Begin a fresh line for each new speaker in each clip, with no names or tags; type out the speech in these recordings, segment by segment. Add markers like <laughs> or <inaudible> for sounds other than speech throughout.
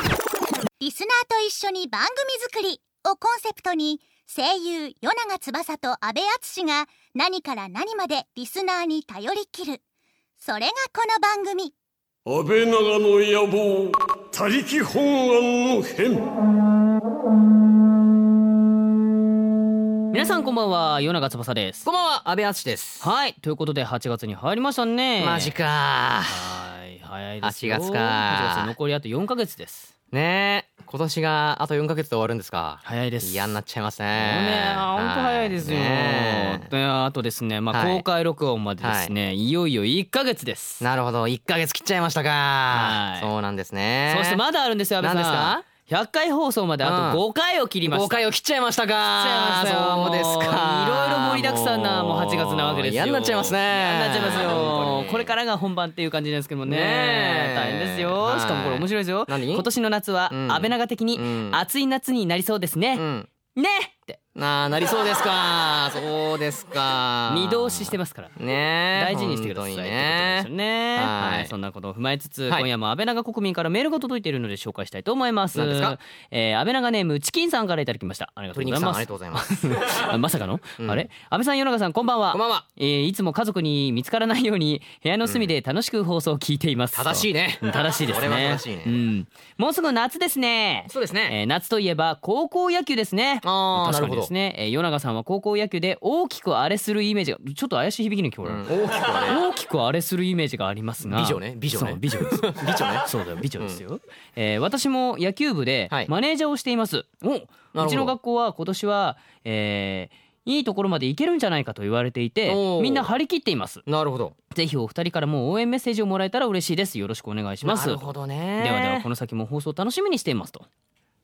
リスナーと一緒に番組作りをコンセプトに声優与永翼と阿部淳が何から何までリスナーに頼りきるそれがこの番組
安倍長の野望他力本願の変
皆さんこんばんは夜永翼です
こんばんは、安倍敦です。
はいということで8月に入りましたね
マジか
はい早いですよ
8月か
8月残りあと4ヶ月です
ー。ねえ、今年があと4ヶ月で終わるんですか。
早いです
嫌になっちゃいますね。
もうね本当早いですよ、
ねえ
であとですねまあ
はい
公開録音までですね、い、よいよ1ヶ月です
なるほど、1ヶ月切っちゃいました
は
か
い。
そうなんですね。
そしてまだあるんですよ安倍さん
何
100回放送まであと
う
5回を切りました
5回を切っちゃいましたか。
切っちゃいま
そう
した
で
よもう
すか。
いろいろ盛りだくさんなもう8月なわけですよ
嫌になっちゃいますね。
嫌になっちゃいます
本当
よ
に
これからが本番っていう感じなんですけどもね
ねえ
大変です
は
よ
い
しかもこれ面白いですよ
何
今年の夏は
うん
安倍長的に
うん
暑い夏になりそうです
う
ね
ん。
ねって
なあ、なりそうですか。そうですか。
二度押ししてますから
ねえ
大事にしてください
本当に
ってことですよね
はい
はいそんなことを踏まえつつ
はい
今夜も安倍長国民からメールが届いているので紹介したいと思います
何ですか
えー安倍長ネームチキンさんからいただきましたありがとうご
鶏
ざ
肉
い
さん
ま
ありが
す
とうございます。
<laughs> あまさかの、
うん
あれ安倍さん与永さんこんばんは
こんばんは。
えーいつも家族に見つからないように部屋の隅で楽しく放送を聞いています、
<laughs> 正しいね。
うん正しいですね
これは正しいね
うん、もうすぐ夏ですね
そうですね。
えー夏といえば高校野球ですね
ああ、
確
な
か
る
に
ほ
で
ど
す。ね、えー、与永さんは高校野球で大きくあれするイメージがちょっと怪しい響きに聞こえ
う
る、
ん大きくはね。
大きくあれするイメージがありますが
美女 <laughs> ね美女ね
そう美女です美女ねそうだよ美女ですよ、えー私も野球部で
はい
マネージャーをしています、お
ど
うちの学校は今年は、えーいいところまで行けるんじゃないかと言われていて
おー
みんな張り切っています
なるほど。
ぜひお二人からも応援メッセージをもらえたら嬉しいですよろしくお願いします
なるほどね。
ではではこの先も放送楽しみにしていますと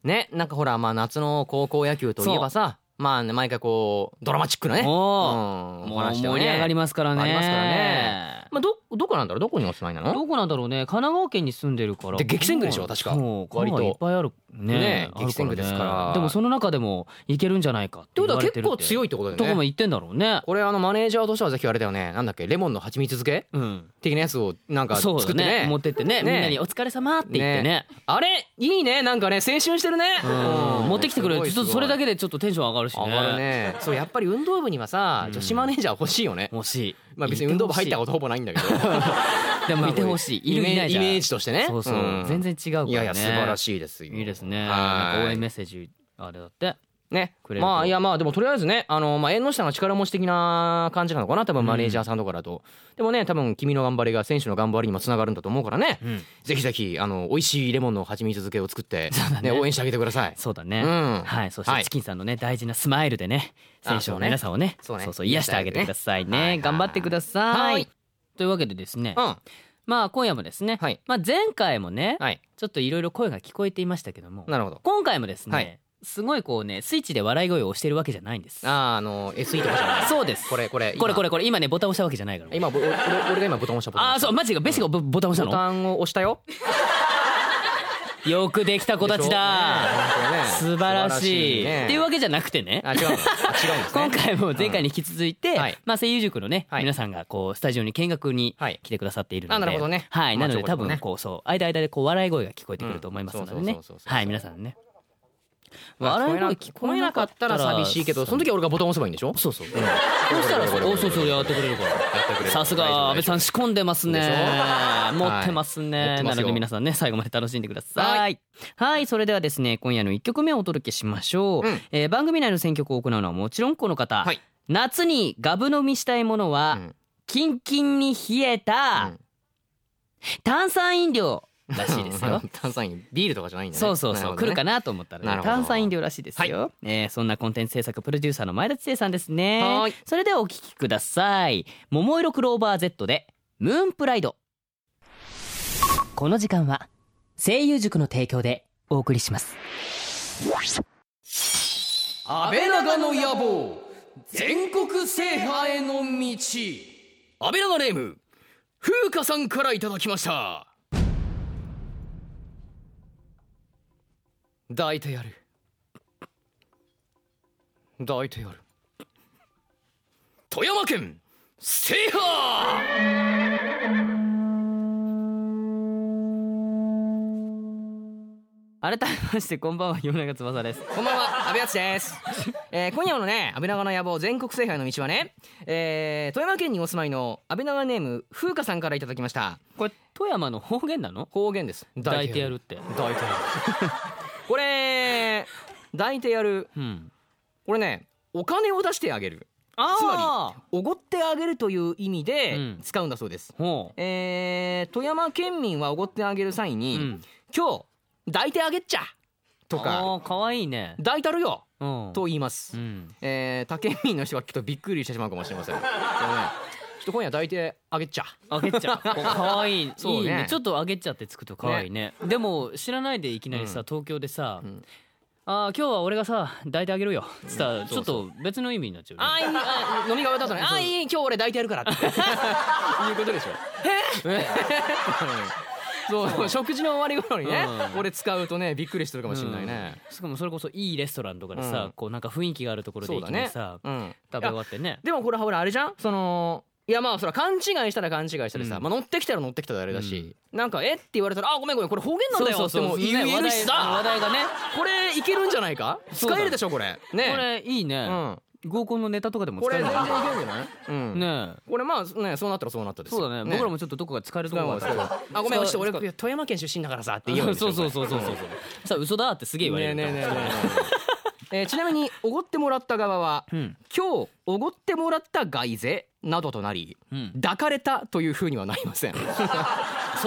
ね、なんかほら、まあ夏の高校野球といえばさ、まあね毎回こうドラマチックなね。
おー
うん
も
お
う
話だよ
盛
ね
り上がりますからね
ありますからねまあどどこなんだろうどこにお住まいなの？
どこなんだろうね神奈川県に住んでるから
で激戦区でしょ確か
そう神奈
割と
川いっぱいあるね
ね
ある
激戦区ですから
でもその中でもいけるんじゃないかって
ということは結構
い
強いってこと
と
だ
こ
よ
も
ね。
言ってんだろうね
これあのマネージャーとしてはさっきあれだよね。なんだっけレモンの蜂蜜漬け
うん
的なやつをなんか作
そう
って
だね
ね。
持ってってねみ
ね
んなに「お疲れ様って言ってね
あれいいねなんかね青春してるね。
うん持ってきてくれ
すご
る
い
ちょっとそれだ
す
けでちょっとテンション上がるし
ごい上がるね。そうやっぱり運動部にはさ女子マネージャー欲しいよね。
欲しい
まあ別に運動部入ったことほぼないんだけ
<laughs>
ど。
とでもいてほしいいるいないじゃん
イメージとしてね
そうそう、
ん
全然違うからね
いやいや素晴らしいですよ
いいですね
は
なん
い
か応援メッセージあれだって
ね
くれると
まあいやまあでもとりあえずねあのまあ縁の下の力持ち的な感じなのかな多分マネージャーさんとかだと、でもね多分君の頑張りが選手の頑張りにもつながるんだと思うからね、
うん
ぜひぜひあの美味しいレモンの蜂蜜漬けを作って、
だね
ね応援してあげてください
そうだね、
うん
はいそし
は
て
い
チキンさんのね大事なスマイルでね選
あ
手
そ
の
うね
皆さんをね
そうね
そう癒してあげてくださいね
はいはい
頑張ってください、
はい
というわけでですね、
うんは
まあ今夜もですね、
はい
まあ、前回もね、
い
ちょっといろいろ声が聞こえていましたけども
なるほど
今回もですね、
はい
すごいこうねスイッチで笑い声を押してるわけじゃないんです
あーあの SE とかじゃない
そうです
これこれ
これこ
れ
れこれ今ねボタン押したわけじゃないから
今ぼ俺俺が今ボタン押したボタン
ああーそうマジかベシがボボタン押
ボ
した
タンを押したよ
のよくできた子たちだ、
でしょね本当ね
素晴らしい
素晴ね
っていうわけじゃなくてね
あ違うのあ違うんですね
<laughs> 今回も前回に引き続いて、
うんはい
まあ声優塾のね、
はい
皆さんがこうスタジオに見学に
はい
来てくださっているので、
あなるほどね
はい、
ま
なの
あ
で多
ちょこちょこ
分
ね
こうそう間間でこう笑い声が聞こえてくると思いますので
うんそう
ね
そうそうそう、そう
はい、皆さんね、
まあ
笑い声聞こえなかったら
聞こえなか寂しいけどその時は俺がボタン押せばいいんでしょ
そうそう、
ん
そしたら
これ
そう
こ
お
れ
そうそうやってくれるから。
やってくれる
さすが安倍さん仕込んでますね
でしょ
持ってますね、
はい持ってま
な
すよ
ので皆さんね最後まで楽しんでくださいは、
はい
それではですね今夜の1曲目をお届けしましょう、
うん
えー番組内の選曲を行うのはもちろんこの方、
はい
夏にガブ飲みしたいものは、
うん
キンキンに冷えた
うん
炭酸飲料らしいです
<laughs>
よ
炭酸飲ビールとかじゃないんだね
そうそうそう、来るか
な
なと思ったらね、
なるほど
炭酸飲料らしいですよ、えーそんなコンテンツ制作プロデューサーの前田知世さんですね
はーい
それではお聞きください桃色クローバー Z でムーンプライドこの時間は声優塾の提供でお送りします
安倍長の野望全国制覇への道安倍長ネーム風花さんからいただきました抱いてやる抱いてやる富山県制覇
安改めましてこんばんは米長翼です
こんばんは、安倍敦です。 <laughs> えー、今夜のね、安倍長の野望全国制覇への道はね、えー、富山県にお住まいの安倍長ネーム、風花さんからいただきました。
これ富山の方言なの
方言です。
抱いてやるっ。て
抱いてやる。これ、抱いてやる。
うん
これね、お金を出してあげる。つま
ああ
おごってあげるという意味
う
で
ん
使うんだそうです。
ほう
えー、富山県民はおごってあげる際に、
うん
今日、抱いてあげっちゃと
あ
か、
ー可愛いね
抱いたるよ
うん
と言います。
うん
えー、他県民の人はちょっとびっくりしてしまうかもしれません。でもねちょっと今夜抱いてあげっちゃ。
あげ
<laughs>
ちゃう可愛い
そうね
いいねちょっとあげちゃってつくと可愛いねでも知らないでいきなりさ、
う
東京でさ、
うん
あー今日は俺がさ抱いてあげるよつったらちょ
そう
っ
そ
と別の意味になっちゃうね
あーいい
<laughs>
あー飲みが終わった後ね。あーいい今日俺 <laughs> 抱いてやるからって。いうことでしょ。 <laughs> そうそう食事の終わり頃にね、
うん
俺使うとねびっくりしてるかもしれないね。
しかもそれこそいいレストランとかでさ、
うん
こうなんか雰囲気があるところで
そ
いうき
だ
なり
ね。
さ、
うん。
食べ終わってね
でもこれほらあれじゃんそのいやまあそら勘違いしたら勘違いしたでさ、
うん
まあ乗ってきたら乗ってきたであれだし、なんかえって言われたらあごめんごめんこれ方言なんだよっても言
ね
える
話題話
しさ
題がね
これいけるんじゃないか
そ
使
うだ
えるでしょこれね
これいいね、合コンのネタとかで
うん
も
こ
使
れ
える
全
の
然い
か
けるんじゃない、うん、
ねね
これまあねそうなったらそうなったですよ
そうだね僕らもちょっとどこか疲れるとこがある
あごめん俺ちょっと俺富山県出身だからさって言う
そうそうそうそうそうそうさあ嘘だってすげえ言われ
ね
る
え
んだ
ねえねえねええーちなみにおごってもらった側は
うん
今日おごってもらった外税などとなり
うん
抱かれたというふうにはなりません
そ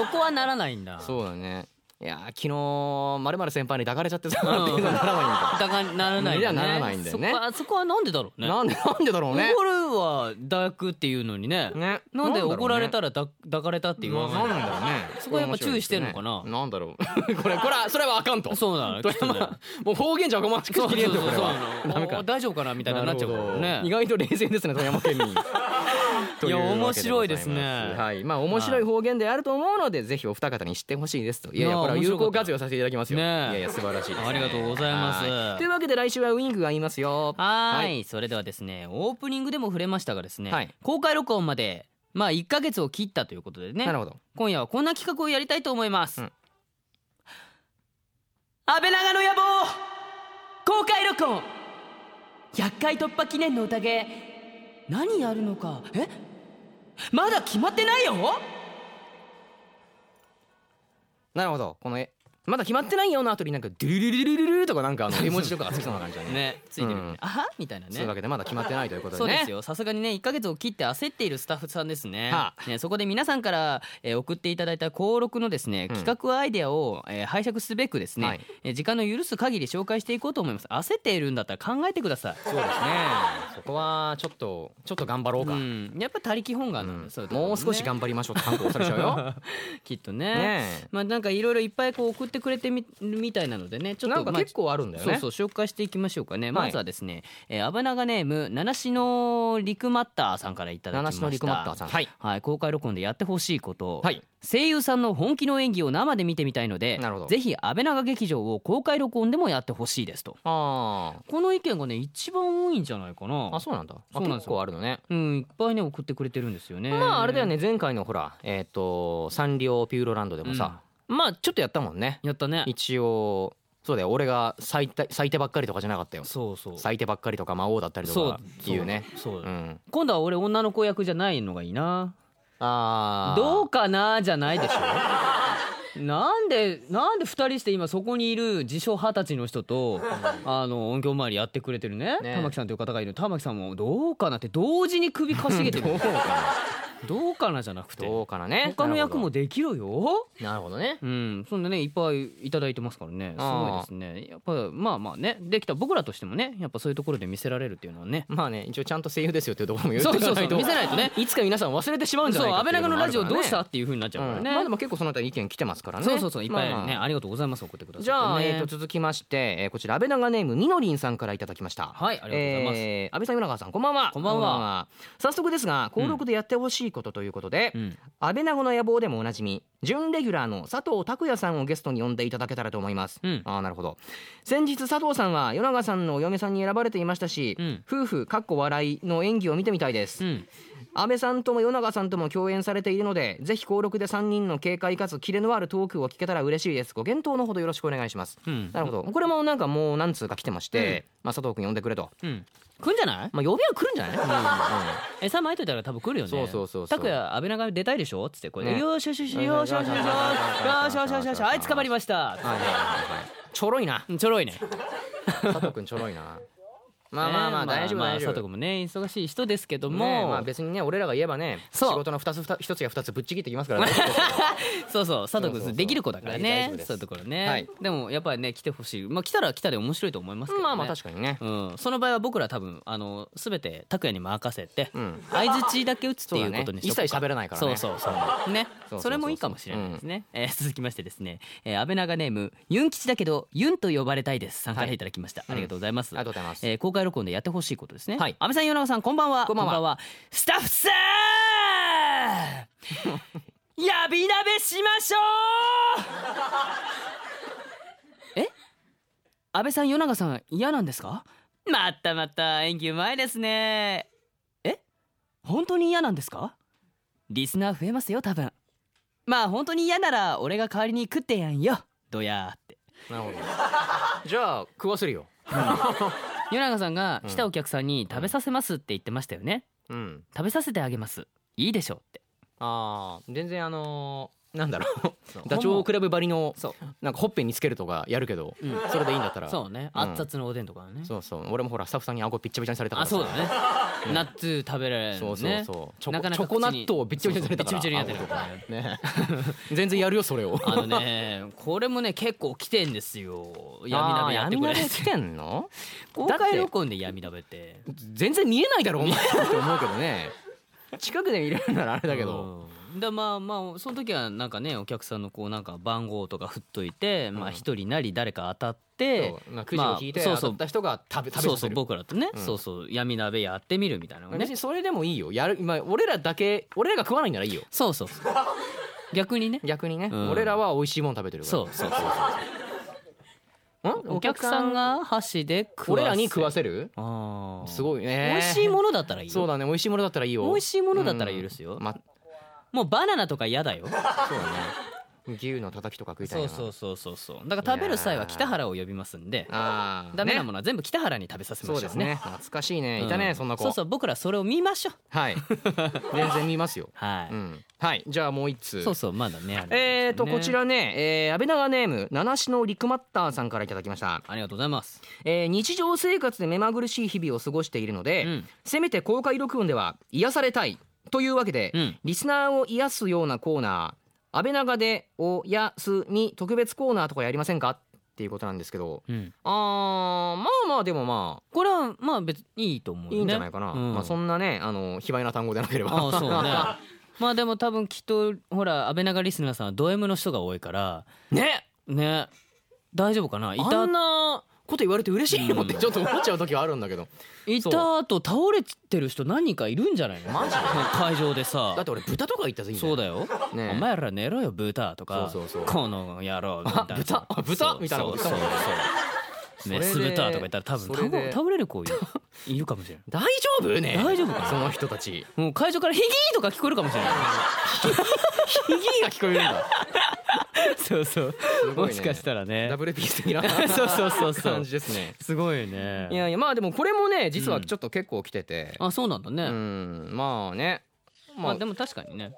こはならないんだ
そうだねいやー昨日まるまる先輩に抱かれちゃってさっていうのはならないんだ
だからならないよ
いやならないんだよね
そこはそこはなんでだろうね
なんでなんでだろうね
怒るは抱くっていうのにね
ね
なんで
なんだろうね
怒られたら抱抱かれたって言わ
な
ない
んだろうね
そこはやっぱ注意してんのかな
なんだろうこれこれはそれはあかんと
そうなの
これはまあもう方言じゃごまかしきれんとこれは
な
ダ
の
メか
お大丈夫かなみたいになっちゃうから
なるほど意
ね
外と冷静ですね富山県民とうわけでござます
面白いですね
はい、まあ面白い方言であると思うので、ぜひお二方に知ってほしいですと。いやい
いや
やこれは有
面白か
効
った
活用させていただきますよ。
ねえ
いやいや素晴らしいです、ね。
ありがとうございます
はというわけで来週はウイングが言いますよ。
はーい
はい
それではですねオープニングでも触れましたがですね、
はい
公開録音までまあ1ヶ月を切ったということでね
なるほど。
今夜はこんな企画をやりたいと思います、
うん
安倍長の野望公開録音100回突破記念の宴何やるのかえまだ決まってないよ
なるほど。この絵まだ決まってないよの後になんかドゥルルルルルルとかなんかあの絵文字とかがつきそうな感じだね。
ねついてるよね、
うん
あはみたいな
そういうわ
ね
けでまだ決まってないということで
そう
ね。
ですよさすがにね1ヶ月を切って焦っているスタッフさんですね,、
は
ねそこで皆さんから、えー送っていただいた登録のですね、
うん
企画アイデアを、えー拝借すべくですね、
はい
えー時間の許す限り紹介していこうと思います焦っているんだったら考えてください
そうですね。そこはちょっとちょっと頑張ろうか。
うん、やっぱ他力本願なんで、そういうところね
もう少し頑張りましょうって韓国押されちゃうよ。
きっとね
ねえ
まあなんかいろいろいっぱいこう送ってくれてみるみたいなのでねちょっと
なんか
まあ
結構あるんだよね。
そうそう紹介していきましょうかね、
はい
まずはですね、えー、アブナガネーム七種のリクマッターさんからいただきま
七
した
種のリクマッターさん。はい。
はい、公開録音でやってほしいこと、
はい。
声優さんの本気の演技を生で見てみたいので
なるほど
ぜひ安倍長劇場を公開録音でもやってほしいですと
あ
この意見がね一番多いんじゃないかな
あ。あ、そうなんだ。あ
そうなんですよ
結構あるのね。
うんいっぱいね送ってくれてるんですよね
まああれだよね前回のほらえっ、とサンリオピューロランドでもさ、まあちょっとやったもんね。
やったね
一応そうだよ俺が咲いた咲いてばっかりとかじゃなかったよ。
そうそう
咲いてばっかりとか魔王だったりと
そう
かっていうね。
そうそうう、
ん。
今度は俺女の子役じゃないのがいいな
ああ。
どうかなじゃないでし <laughs> ょなんでなんで2人して今そこにいる自称二十歳の人とあの音響周りやってくれてるね
ね
玉木さんという方がいる玉木さんもどうかなって同時に首かしげてる <laughs> どうかなじゃなくて
どうかなね。
他の役もできろよ
なるほど。なるほどね。
うんそんなねいっぱいいただいてますからねすごい
あー
ですねやっぱまあまあねできた僕らとしてもねやっぱそういうところで見せられるっていうのはね
まあね一応ちゃんと声優ですよっていうところも言っていか
そうそう
<laughs>
そう見せないとね
いつか皆さん忘れてしまうんじゃ
そ
な
う
い
安
かって
倍
い
長の
も
ラ
ある
ジ
か
オ
らね
どうしたっていう風になっちゃうから
うん
ね、
まあでも結構そのあたり意見来てますからね
そうそうそういっぱいね、
まあまあ
ありがとうございます送ってくださって、ね、
じゃあ、えー、と続きまして、えー、こちら安倍長ネームみのりんさんからいただきました
はいありがとうございます
えー安倍さん米川さんこんばんは
こんばんは
早速ですが登録でやってほしいことということで、
うん
安倍長の野望でもおなじみ準レギュラーの佐藤拓也さんをゲストに呼んでいただけたらと思います、
うん
ああなるほど先日佐藤さんは米長さんのお嫁さんに選ばれていましたし、
うん
夫婦かっこ笑いの演技を見てみたいです、
うん
安倍さんとも与永さんとも共演されているのでぜひ高録で3人の警戒かつキレのあるトークを聞けたら嬉しいですご検討のほどよろしくお願いします、
うん
なるほどこれもなんかもう何通か来てまして、まあ、佐藤君呼んでくれと、
うん来んじゃない
まあ、呼びは来るんじゃない、
餌撒いといたら多分来るよね
そうそうそうそう
拓也安倍長出たいでしょっつってこれ、
ね
よーしよしよしよしよしよしよしよしよしよしよしはい捕まりました
はいはいはいはい <laughs> ちょろいな
ちょろいね
佐藤君ちょろいなまあまあまあ
ね
大丈夫大丈
佐藤
夫
君もね忙しい人ですけども、
ねえまあ別にね俺らが言えばね仕
そう
事の二つ二一つや二つぶっちぎってきますからね
<laughs> そうそう佐藤
そうそうそ
君
う
できる子だから
大
ね
丈夫です
そういうところね、
はい
でもやっぱりね来てほしいまあ来たら来たで面白いと思いますけど、ね、
まあまあ確かにね
うん、その場合は僕ら多分あの全て拓也に任せて
うん
相づちだけ打つっていうことにしとこう
そうだね一切喋らないからね
そうそうそうね
そうそうそう
それもいいかもしれないですね、えー続きましてですね、えー、安倍長ネームユン吉だけどユンと呼ばれたいです参加いただきました、ありがとうございます、
ありがとうございます
えー公開録音でやってほしいことですね、
はい
安倍さん与永さんこんばんは
こんばんは
スタッフさ
<laughs>
んやび鍋しましょ
<laughs>
うえ安倍さん与永さん嫌なんですかまたまた演技うまいですねえ本当に嫌なんですかリスナー増えますよ多分まあ本当に嫌なら俺が代わりに食ってやんよどやーって
<laughs> なるほど <laughs> じゃあ食わせるよ
与永さんが来たお客さんに食べさせますって言ってましたよね、
うん
食べさせてあげますいいでしょうって
あー全然あのーなんだろ
そう
う <laughs> ダチョウ倶楽部ばりのなんかほっぺにつけるとかやるけどそれでいいんだったら
そうね
うん
熱々のおでんとかね
そうそう俺もほらスタッフさんに顎ピッチャピチャにされたか
あ
らさ
そうだねナッツ食べられる
そ
の
うそう
ね
そうチョコ
なかな
チ
か
ョコナットをビッチャビチャにされたか
ビ
ら
ッチビチにやってるからね
ね <laughs> 全然やるよそれを
<laughs> あのねこれもね結構来てんですよ闇鍋やってくれ
あー闇
て
鍋来てんの
公
だっ
開
て
録音で闇鍋って
全然見え <laughs> ないだろお前って思うけどね近くで見れるならあれだけど、
うんでまあまあその時はなんかねお客さんのこうなんか番号とか振っといてまあ一人なり誰か当たって
そうまあくじを引いて
まあ
当
そ
た
うそ
っ
う
た人が食べ食べさせる
そうそう僕らとね
うん
そうそう闇鍋やってみるみたいなのね
別にそれでもいいよやる、まあ、俺らだけ俺らが食わないならいいよ
そうそうそう逆に
<laughs>
ね
逆にね、
うん
俺らは美味しいもの食べてるから
そうそうそう
うん
お客さんが箸で食わせ
俺らに食わせる
あ
す
い
ごいね
美味しいも
の
のだったらいいよ
そうだね美味しいものだったらいいよ
美味しいものだったら許すよ
うんま
もうバナナとか嫌だよ
そうだね牛のたたきとか食いた
そう
いな
そうそうそうそうだから食べる際は北原を呼びますんで
ああ
ダメなも
ね
のは全部北原に食べさせま
そ
しょ
うで
う
す
ね
ね懐かしいねいたね、
う
そんな子
そうそう僕らそれを見ましょう <laughs>
はい全然見ますよ
はい、
うんはいじゃあもう一通
そうそうまだねあれですね
えーとこちらね、えー、安倍長ネーム七種のリクマッターさんからいただきました、
ありがとうございます
えー、日常生活で目まぐるしい日々を過ごしているので、
うん
せめて公開録音では癒されたいというわけで、
うん
リスナーを癒すようなコーナー安倍長でおやすみ特別コーナーとかやりませんかっていうことなんですけど
うん
あーまあまあでもま
これはまあ別にいいと思う
あ
よね
いいんじゃないかな、
うん
まあ、そんなねあの卑猥な単語でなければ
ああそうねまあでも多分きっとほら安倍長リスナーさんはド M の人が多いから
<laughs> ね
ね大丈夫かないた
あんなこと言われて嬉しいよって
うん
ちょっと思っちゃう時はあるんだけど
いた後倒れてる人何人かいるんじゃないの
マジで
会場でさ
だって俺豚とか言ったぜ今
そうだよ、
ねえ
お前ら寝ろよ豚とか
そうそうそう
この野郎みたいな
あ豚あ豚
そう
みたいなこと
そうそうそ
そう
メ
れで
ス豚とか言ったら多分
それ
倒
で
倒れる子いるいるかもしれない
大丈夫ね
大丈夫かな
その人たち
もう会場からヒギーとか聞こえるかもしれない
ヒギーが聞こえるんだ
そうそう、
<laughs> すごい
も
ね
しかしたらね
ダブルピース的 <laughs> な
そうそうそうそう
感じですね
すごいね
いやいやまあでもこれもね実はちょっと結構来てて
あそうなんだね、
うんまあね
ま
ま
あ
あ
でも確かにね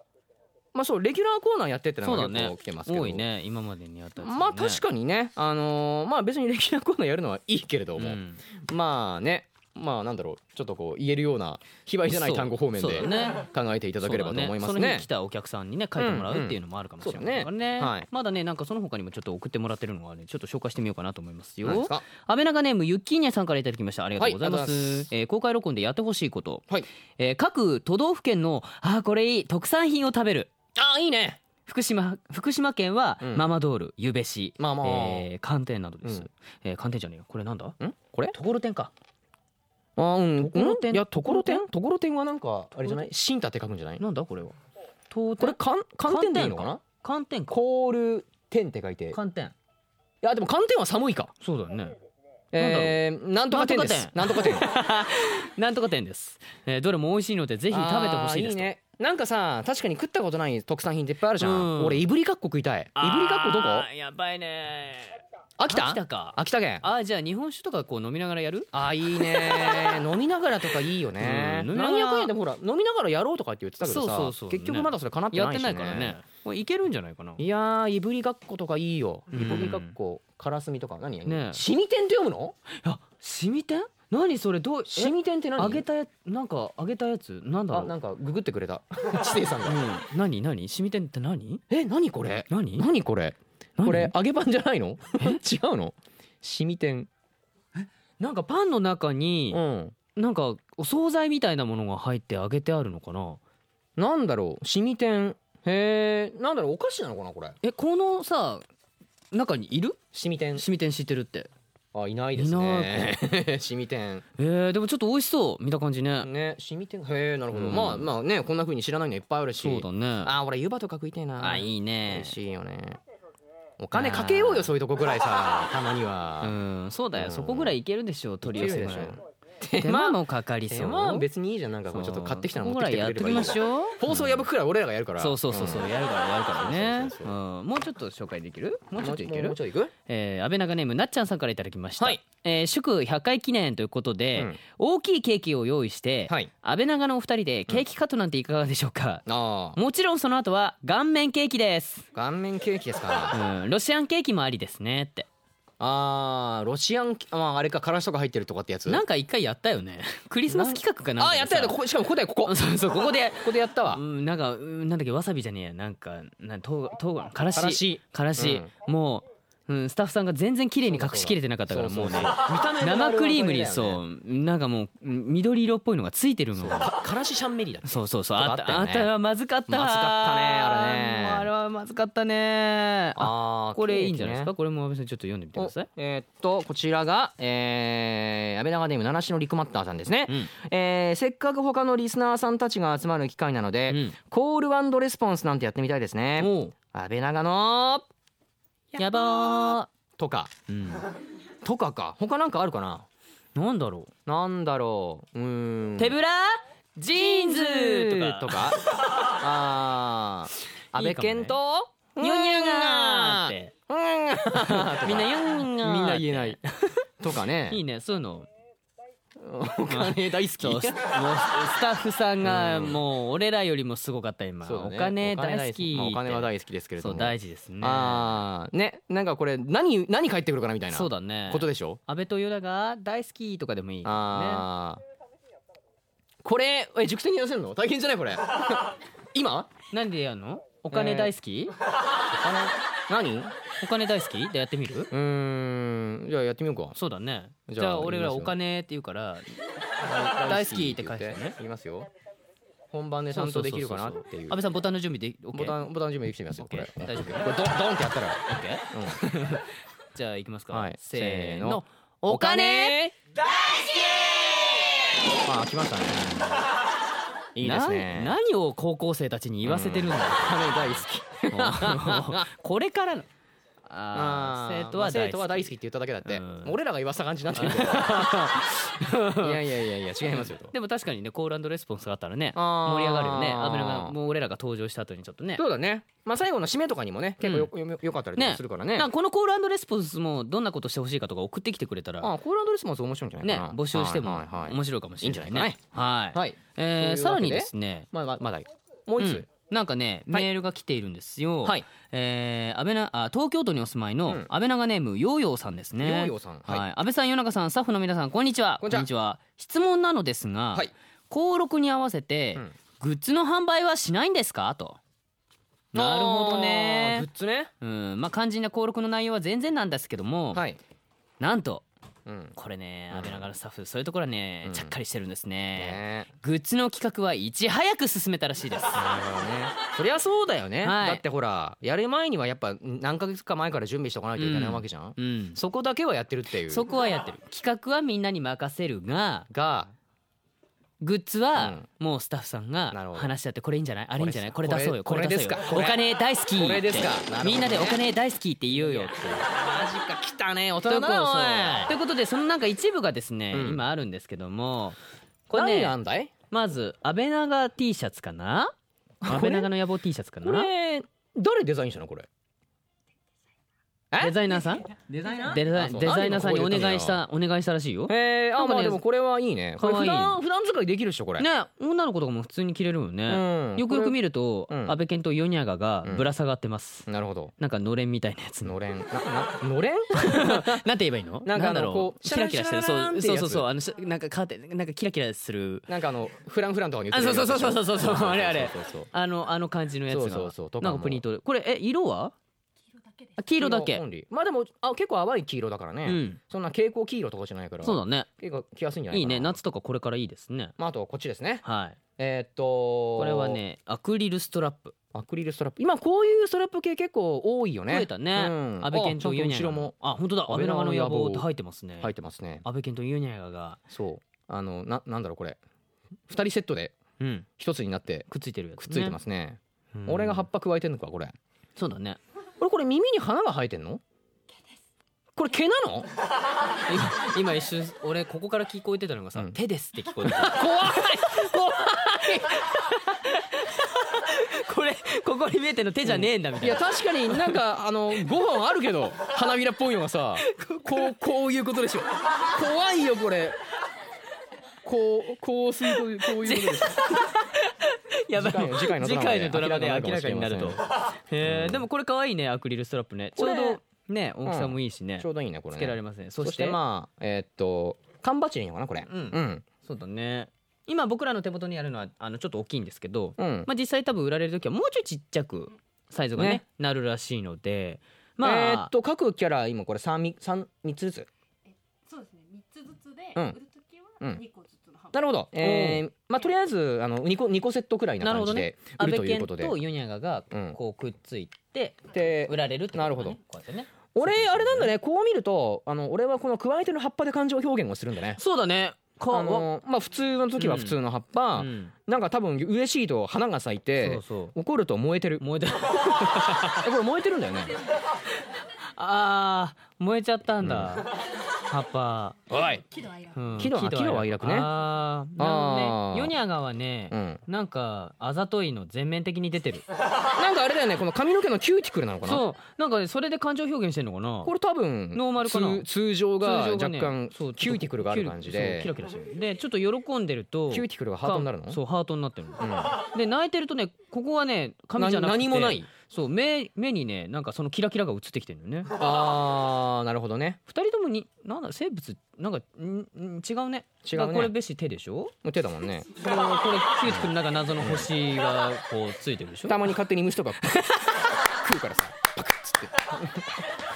まあそうレギュラーコーナーやってって
そ
の
うだ
が結
ね
構来てますけど
多いね今までにやったやつ、ね、
まあ確かにねあのーまあ別にレギュラーコーナーやるのはいいけれども
うん
まあねまあなんだろうちょっとこう言えるような卑猥じゃない単語方面
そう
で
そうだね
考えていただければと思います
そうだその
ね
日来。たお客さんにね書いてもらうっていうのもあるかもしれないからね,、
うんうんそうだねはい
まだねなんかその他にもちょっと送ってもらってるのがねちょっと紹介してみようかなと思います
何で
よ
すか
安倍長ネームユッキーニャさんからいただきましたありがとうございます,、
はいありがとうございます
えー公開録音でやってほしいこと、
はい。
えー各都道府県のあーこれいい特産品を食べる
あいいね。
福島福島県は、
うん
ママドールゆべし、
まあまあ
えー寒天などです、
うん
えー寒天じゃねえよこれなんだ
んこれ？
ところてんか
あうん。
ところてん
いやところてん？ところてんはなんかあれじゃない？新太って書くんじゃない？
なんだこれはと
これ寒寒天でいいのかな？
寒天か
コール天って書いて。い
寒天
やでも寒天は寒いか。
そうだよね
えー、なんとか店ですなんとか店
なんとか店です、えーどれも美味しいので <laughs> ぜひ食べてほしいです
あーねなんかさ確かに食ったことない特産品っていっぱいあるじゃん、
うん
俺いぶりかっこ食いたいい
あー
ぶりかっこどこ
やばいね
秋田
秋田か
秋田県
あーじゃあ日本酒とかこう飲みながらやる
あーいいね飲みながらとかいいよね
うん飲みなが
何
ら
やかんやでもほら飲みながらやろうとかって言ってたけどさ
そうそうそう
結局まだそれ叶って
<laughs> やっ
ない
て
し、ね、
ないからねこれいけるんじゃないかない
やーいぶりがっことかいいよ
うん
いぶりがっこからすみとか何
ね
シミ天って読むの
あシミ天何それどう
シミ天って何
あげたやなんかあげたやつなんだ
あ
ろう
なんかググってくれた <laughs> 知性さんが
うん何何シミ天って何
え何これ
何
何これ
何
これ揚げパンじゃないの <laughs> 違うのシミ天
なんかパンの中に
うん
なんかお惣菜みたいなものが入って揚げてあるのかな
なんだろうシミ天へえなんだろうお菓子なのかなこれ
えこのさ中にいる
シミ天
シミ天知ってるって
あいないですね <laughs> シミ天
えー、でもちょっと美味しそう見た感じね
ねシミ天へえなるほど
うん
まあまあねこんな風に知らないのいっぱいあるし
そうだねあ
あ俺湯葉とか食いたいな
あいい
美
ね
味しいよねお金かけようよそういうとこぐらい
<laughs>
さたまに
う
は
んそうだよ、
うん
そこぐらいいけるでしょ取り寄せぐらい
いける
手間もかかりそう
手間は別にいいじゃんなんかこうちょっと買ってきたの持ってきてくれればいい
そうそこぐらいやっときましょう
放送破くくらい俺らがやるから
そうそうそうそう、やるからやるからね
そうそううそ
んもうちょっと紹介できるもうちょっといけ
もうも
る
うちょい行く
えー、安倍長ネームなっちゃんさんからいただきました、
はい
えー祝100回記念ということで、
うん
大きいケーキを用意して、
はい
安倍長のお二人でケーキカットなんていかがでしょうか、
ああ
もちろんその後は顔面ケーキです、
顔面ケーキですか
うん、ロシアンケーキもありですねって
ああロシアンあまああれかからしとか入ってるとかってやつ
なんか一回やったよね <laughs> クリスマス企画かなん
あ
か
あ
で
や
さ
ったやったここしかも答えここ
そうそうここで
ここでやったわ
うんなんかうんなんだっけわさびじゃねえやなんかなんとうとうからし
からし
からしもう、うん、スタッフさんが全然綺麗に隠しきれてなかったから
そ
も
う
う
そ
ね
う <laughs> そう見た目の
生クリームに
丸々
そうなんかもううん緑色っぽいのがついてるのが
からしシャンメリだ
そうそうそう
ちょ
あ
っ
っ
と
あ
あったよ
っ
ね
たがまずかった
まずかったねあれね
もうあれはまずかったねあ
ああ
これいいんじゃないですか
ケ
これも安倍さんちょっと読んでみてく
ー
だ
キね
さい
おえーっとこちらがえー安倍長ネーム七種のリコマッターさんですね
うん
えーせっかく他のリスナーさんたちが集まる機会なの
う
で
ん
コールレスポンスなんてやってみたいですね
おう
安倍長の
やば
とか
ーうん
とかか他なんかあるかな
なんだろ
なんだろううーん
う手ぶらジーンズとか <laughs>
と
いいか
かああ安倍
もね
健と
ニョニョガーって
うんとか
みんなヨンガー
みんな言えないとかね
いいねそういうの
お金大好き
そうすもうスタッフさんがもう俺らよりもすごかった今、
そうだ
お
ね
金大好き
まあお金は
好
大好きですけ
き
れ
そ
ども
う大事ですね
ああねなんかこれ何何返ってくるかなみたいな
そうだね
ことでしょ
安倍とヨダが大好きとかでもいいね
ああこれえ熟成に寄せるの大変じゃないこれ <laughs> 今
何でやるのお金大好き、
何う
お金大好きでやってみる
ーんじゃあやってみようか
そうだね
じゃ
じ
あ
ゃあ俺ら
やります
お
よ
金って言うから大好きって返してね
言いますよ本番でちゃんとできるかなっていう
安倍さんボタンの準備で OK?
ボタンボタン準備できてみますよこれ
OK 大丈夫
これドンドンってやったら
OK？じゃ <laughs> あ行きますか、
はい
せー
せーの
のお金
まあ来ましたねいいですね
な何を高校生たちに言わせてるんだ、
金大好き
もうこれからのあー
ー
生徒は
まあ
大
生徒は
好
大
き
好きって言っただけだって
うん
俺らが言わせた感じになってるけ
<laughs>
どいやいやいやいや違いますよと
でも確かにねコールレスポンスがあったらね
あー
盛り上がるよねアベノがもう俺らが登場した後にちょっとね
そうだねまあ最後の締めとかにもね結構よ,、よよかったりとか
ね
するから
だ
ね
からこのコールレスポンスもどんなことしてほしいかとか送ってきてくれたら
あコールレスポンス面白いんじゃない
ね
かな、
募集しても
はいはいはい
面白いかもしれないね
いいんじ
はい、
はい
えー
というわけで
さらにですね
まあまあまだもう一
う
つ、
んなんかね、
はい
メールが来ているんですよ。
はい
えー安倍なあ東京都にお住まいの、
うん
安倍長ネームヨーヨーさんですね。
ヨーヨーさん
は。
はいい
安倍さん、与那さん、スタッフの皆さん、こんにちは。
こんにちは
質問なのですが、
はい
登録に合わせて、
うん
グッズの販売はしないんですかと。なるほど
あー
ね
グッ。ズね
うん、まあ肝心な登録の内容は全然なんですけども、
はい、
なんと
うん、
これね、
うん
安倍長のスタッフ、そういうところはね、
うん
ちゃっかりしてるんですね。
ね
グッズの企画はいち早く進めたらしい
<laughs>
です。
なるほどねそりゃそうだよね、
はい
だってほらやる前にはやっぱ何ヶ月か前から準備しておかないといけないわけじゃん、
うん。
そこだけはやってるっていう
そこはやってる企画はみんなに任せるが
が
グッズ
う
は
ん
もうスタッフさんが
なるほど
話し合ってこれいいんじゃないあれいいんじゃないこ
こ
れ
れ
出そうよこれ
これ
出そうよ
ですかこ
お
れ
金大好きって
これですかなるほどね
みんなでお金大好きって言うよって
マか汚ねえ大
とい
人
うこ
だ
と
な
そう
お
とい
いう
ことでそのなんか一部がですね、
うん
今あるんですけどもこれ
何
ね
なんだい
まず安倍長 T シャツかな安倍長の野望 T シャツか
こ
な
れ誰デザインしたのこれえ
デザイナーさん
デザイナ
デザ
あ
イ
そう
デザイナーさんにお願いし
な
たお願いしたらしいよね
えー、
な
あ
んか
ま
ね
あでもこれはいいねこれ
かわ
普
いい
段普段使いできるっしょこれ
女の子とかも普通に着れるよね、
うん
よくよく見ると、
うん
安倍健とヨニャガがぶら下がってます、
なるほど
なんかのれんみたいなやつの
のれんなな
<laughs>
のれん
なんて言えばいいの
なんかあの
だろ
こう
キラキラしてる
シャラララーン
そう
ってや
そう
つ
そうそうあのしなんかカーテンなんかキラキラする
なんかあのフランフランとかに売っ
あ
て
そ
る
うそうそうそうそうそうそうあれあれ
そうそうそう
あのあの感じのやつが
そうそうそうとかも
なんかプリントでこれえ色はあ黄色だけ
オンリーまあでもあ結構淡い黄色だからね、
うん
そんな蛍光黄色とかじゃないから
そうだね
結構着やすいんじゃない
い
か
い
ない
ね夏とかこれからいいですね
まああとこっちですね
はい
えーっと
これはねアクリルストラップ
アクリルストラップ今こういうストラップ系結構多いよね
増えたね
うん
安倍健とユニ
あ
ャ
ち
ガ
ゃん
の
と後ろも
あ本当だ安倍
安倍
長
長
の
の
野
野
望
望
って入ってますね
入ってますね
安倍健とユニャガが
そうあのななんだろうこれ二人セットで
うん
一つになって
くっついてるやつ
くっついてますね
ね
俺が葉っ
うん
ぱ加えてんのかこれ
そうだね
俺これ耳に花が生えてんのこれ毛なの
今 <laughs> 今一瞬俺ここから聞こえてたのがさ
う
「
ん
手です」って聞こえてた
<laughs> 怖い怖い
これここに見えてるの手じゃねえんだみた
い
い
や
な
確かになんかあのご飯あるけど花びらっぽいのがさこうこういうことでしょ怖いよこれこう香水というこういうことでしょ
やばい
次回の
次
次
回
回
の
の
ド
ド
ラ
ラ
マ
マ
で
で
明らかになると
明らかになる
へえでもこれ可愛いねアクリルストラップねち
こ
ょう
れ
どね大きさもいい
<laughs>
しね
ちょうどいいねこれ
つ
ね
けられますねそ
そ
し
して
て
まあえーっと缶バッジでいいのかなこれ
う
うんん
そうだね今僕らの手元にあるのはあのちょっと大きいんですけど
うん
まあ実際多分売られる時はもうちょいちっちゃくサイズがね
ね
なるらしいのでまあ
えーっと各キャラ今これ三み三三つずつ
そうですね、三つずつで、
うん
売るときは
うん
二個ずつの販売。
なるほどえーまあとりあえずあの二個二個セットくらいな
なる
感
ほど
じ
ね
で売
安
る
倍
という
健
ことで
とユニャガが
うん
こうくっついて
で
売られるってことだね
なるほど
こうやってね
俺あれなんだねこう見るとあの俺はこの加えての葉っぱで感情表現をするんだね
そうだねか
あのまあ普通の時は普通の葉っぱ、
うん
なんか多分嬉しいと花が咲い
そ
て
うそう
怒ると燃えてる
燃えた <laughs>
えこれ燃えてるんだよね
あー燃えちゃったんだ、葉っぱ、
おい
喜怒哀楽。
<laughs>
うん
喜怒喜怒哀楽ね
あーな
あ
の
ー
ねヨニャガはね、
うん
なんかあざといの全面的に出てる
なんかあれだよねこの髪の毛のキューティクルなのかな
そうなんかねそれで感情表現してんのかな
これ多分
ノーマルかな
通通常
通
が
常
若
ね
干
そう
キューティクルがある感じ
キュ
で
ーそうキラキラしてるでちょっと喜んでると
キューティクルがハートになるの
そうハートになってるの、で泣いてるとねここはね髪じゃなくて
何何もない
そう目目にねなんかそのキラキラが映ってきてるのね
あーなるほどね
二人ともになんだ生物なんかんん違うね
違うね
これべし手でしょ
もう手だもんね
これこれキューティクルの中謎の星がこうついてるでしょ
たまに勝手に虫と <laughs> か食うからさパクッつって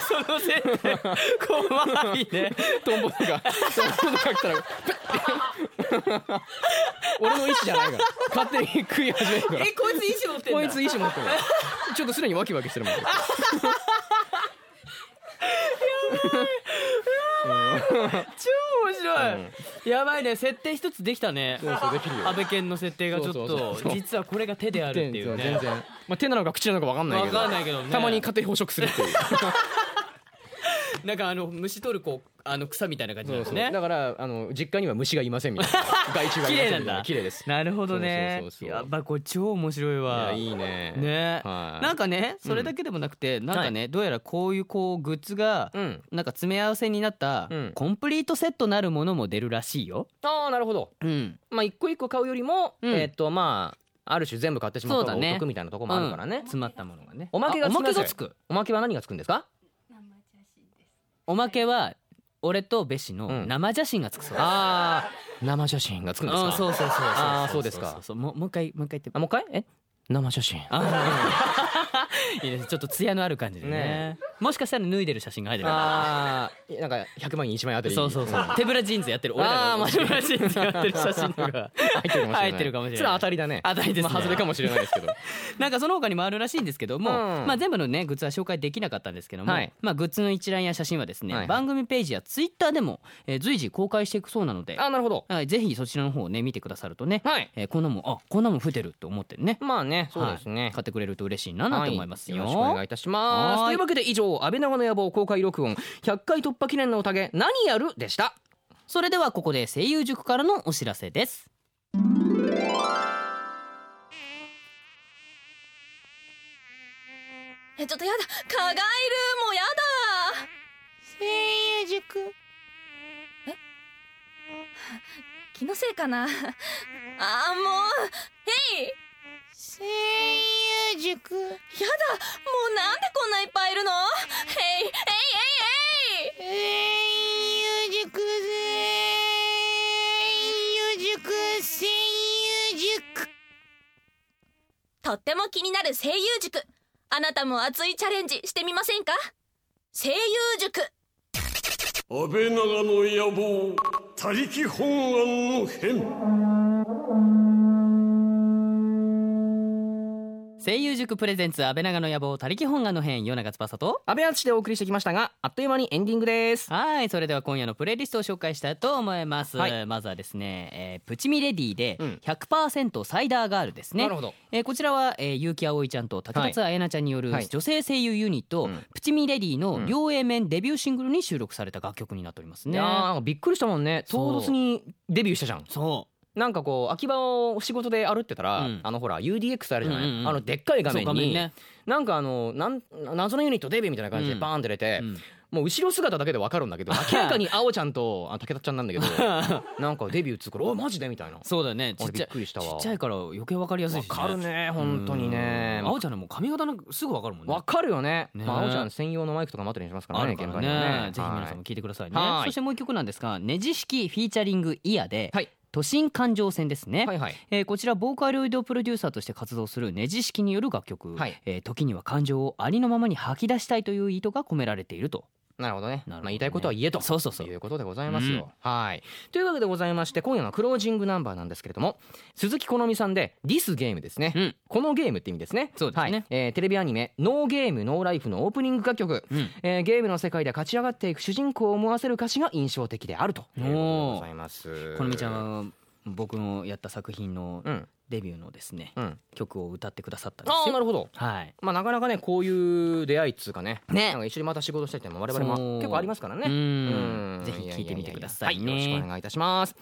その設定怖いね
トンボとかトンボとか来たらプッて俺の意思じゃないから勝手に食い始めるから
こいつ意志持って
こいつ意思持ってるちょっとすでにワキワキしてるもんやばい
超面白い、やばいね設定一つできたね
そうそうできるよ
安倍健の設定がちょっと
そうそうそう
実はこれが手であるっていうね
全然まあ手なのか口なのかわかんないけど
わかんないけどね
たまに勝手に捕食するっていう
なんかあの虫取るこうあの草みたいな感じ
そ
なん
う
で
そ
す
う
ね
だからあの実家には虫がいませんみ <laughs> たいな害虫がい
綺
ませんみ
麗
た
ないんだ
綺麗です
なるほどね
そうそうそうそう
やっぱこれ超面白い
い
わ
やいいね
ね、
はい
なんかねそれだけでもなくて、なんかね、どうやらこういうこうグッズが、
うん
なんか詰め合わせになった、
うん
コンプリートセットなるものも出るらしいよ。
ああなるほど
うん、
まあ一個一個買うよりも
うん
えっとまあある種全部買ってしまった
そうだ
方
ね
がお得みたいなところもあるからね
詰まったものがね。
おまけが
あ
つ
おま
きま
け
す
がつく。
おまけは何がつくんですか
生写真です。
おまけは俺とべしの生写真がつくそうです。
ああ生写真がつくんです
あ
か
そうそうそうそうそう。
あーそうですか
そそうもうもう一回もう一回言って
あ。もう一回え生写真
<laughs> あーいいですちょっと艶のある感じでね
ね
もしかしたら脱いでる写真が入ってる
ああなんか100万に1枚あたり
そうそうそ
入
う手ぶらジーンズやってる俺ら <laughs>
あー
が
マ
手ぶらジーンズやってる写真とか
って <laughs> るかもしれない
入ってるかもしれない
それは当たりだね
当たりですね
まあ、外れかもしれないですけ <laughs> ど
なんかその他にもあるらしいんですけども、
うん
まあ、全部のねグッズは紹介できなかったんですけども、
はい
まあ、グッズの一覧や写真はですね、
はいはい
番組ページやツイッターでも、えー随時公開していくそうなので、
あなるほど
はい、ぜひそちらの方をね見てくださるとね、
はい
えーこんなもんあこんなもん増えてると思ってね
まあねそうです
はい
ね、
買ってくれると嬉しいななんて思いますよ。
はよろしくお願いいたし
は
ます
い
というわけで以上安倍長の野望公開録音100回突破記念の宴何やるでした
それではここで声優塾からのお知らせです
えちょっとやだ蚊がいるもうやだ
声優塾
気のせいかなあーもうヘイ
声優塾
やだもうなんでこんないっぱいいるのヘイヘイヘイヘ
声優
イ
塾声優塾声優塾
とっても気になる声優塾あなたも熱いチャレンジしてみませんか声優塾
安倍長の野望他力本願の変
声優塾プレゼンツ安倍長の野望他力本願の編夜長翼と
安倍敦でお送りしてきましたがあっという間にエンディングです
はいそれでは今夜のプレイリストを紹介したいと思います、
はい
まずはですね、えープチミレディで
うん
100%サイダーガールですね、
なるほど
えーこちらは、えー、結城葵ちゃんと竹達彩菜ちゃんによる
はい
女性声優ユニット、
うん
プチミレディ
う
の
ん
両 A 面デビューシングルに収録された楽曲になっております
い
ね
やーなんかびっくりしたもんね
そう
唐突にデビューしたじゃん
そ
なんかこう秋葉を仕事で歩ってたら、
うん
あのほら UDX あるじゃない、
うんうんうん
あのでっかいう画面に
そうね、
なんかあのなん謎のユニットデビューみたいな感じで
うん
バーンって出て、
うん
もう後ろ姿だけで分かるんだ
<laughs>
けど明らかに青ちゃんとあ武田ちゃんなんだけどなんかデビューっつうから「おマジで?」みたいな
そうだよねちっ
俺
ち
び
ゃ
っ
い
くりした
ち
わ
っちゃいから余計わかりやすい
分
し、ね、
かるね本当にね
うん青ちゃんのもう髪型なんかすぐわかるもんね
分かるよね
ね
まあ、青ちゃん専用のマイクとかもあったりしますから
あ
ね
るから
現場には
ねぜひ皆さん
は
も
い
聞いてくださいね、
はい
そしてもう一曲なんですが「ネジ式フィーチャリングイヤ」で、
はい
都心環状線ですね、
はいはい
えーこちらボーカル移動プロデューサーとして活動するネジ式による楽曲、
はい
えー時には感情をありのままに吐き出したいという意図が込められていると
なるほどね
なるほどね
まあ、言いたいことは言えと
そうそうそう
いうことでございますよ、はいというわけでございまして今夜のクロージングナンバーなんですけれども鈴木好美さんで「ディスゲーム」ですね、
うん
このゲームって意味ですね
そうですね
はいえーテレビアニメ「ノーゲームノーライフ」のオープニング楽曲、
うん
えーゲームの世界で勝ち上がっていく主人公を思わせる歌詞が印象的であるということでございます
このみちゃんは僕のやった作品の
うん
デビューのですね、
うん
曲を歌ってくださったんで
あ
す
あな
よ
るほど
はい
まあなかなかねこういう出会いっつうかね
ね
なんか一緒にまた仕事したいっていうのも我々も結構ありますからね
うん
うん
ぜひ聞いてみてくださいね
はよろしくお願いいたします、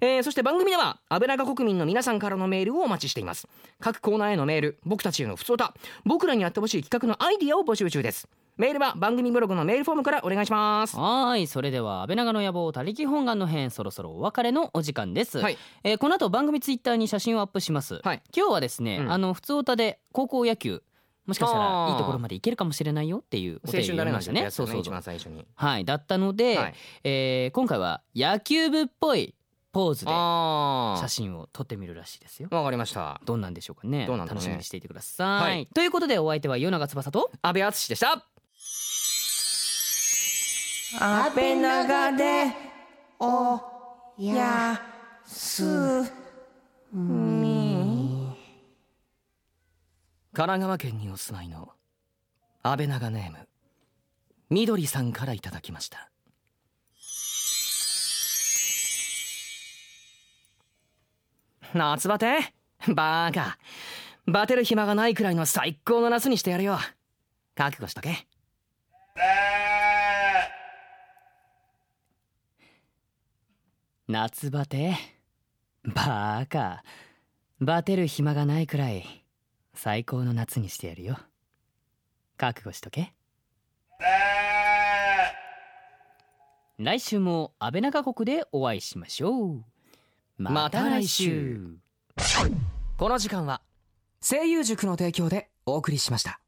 えーそして番組では安倍長国民の皆さんからのメールをお待ちしています各コーナーへのメール僕たちへの不相談僕らにやってほしい企画のアイディアを募集中ですメールは番組ブログのメールフォームからお願いします
はいそれでは安倍長の野望他力本願の編そろそろお別れのお時間です、
はい
えーこの後番組ツイッターに写真をアップします、
はい
今日はですね、
うん
あの普通オタで高校野球もしかした
あ
ら
ー
いいところまでいけるかもしれないよっていうお
青
便り
春
を読み
だねな
ま
ん
してた
ね
ね
やつ
そ
を
う
ね
そう
一
そう
番最初に
はいだったので、
はい
えー今回は野球部っぽいポーズで
あ
写
あ
真を撮ってみるらしいですよ
わかりました
どんなんでしょうかね
どうなんだろうね
楽しみにしていてください、
はい
ということでお相手は与永翼と
安倍敦でした
安倍長でおやす
神奈川県にお住まいの安倍長ネームみどりさんからいただきました夏バテバーカバテる暇がないくらいの最高の夏にしてやるよ覚悟しとけ
夏バテバーカバテる暇がないくらい最高の夏にしてやるよ覚悟しとけ来週も安倍長国でお会いしましょう
また来週この時間は声優塾の提供でお送りしました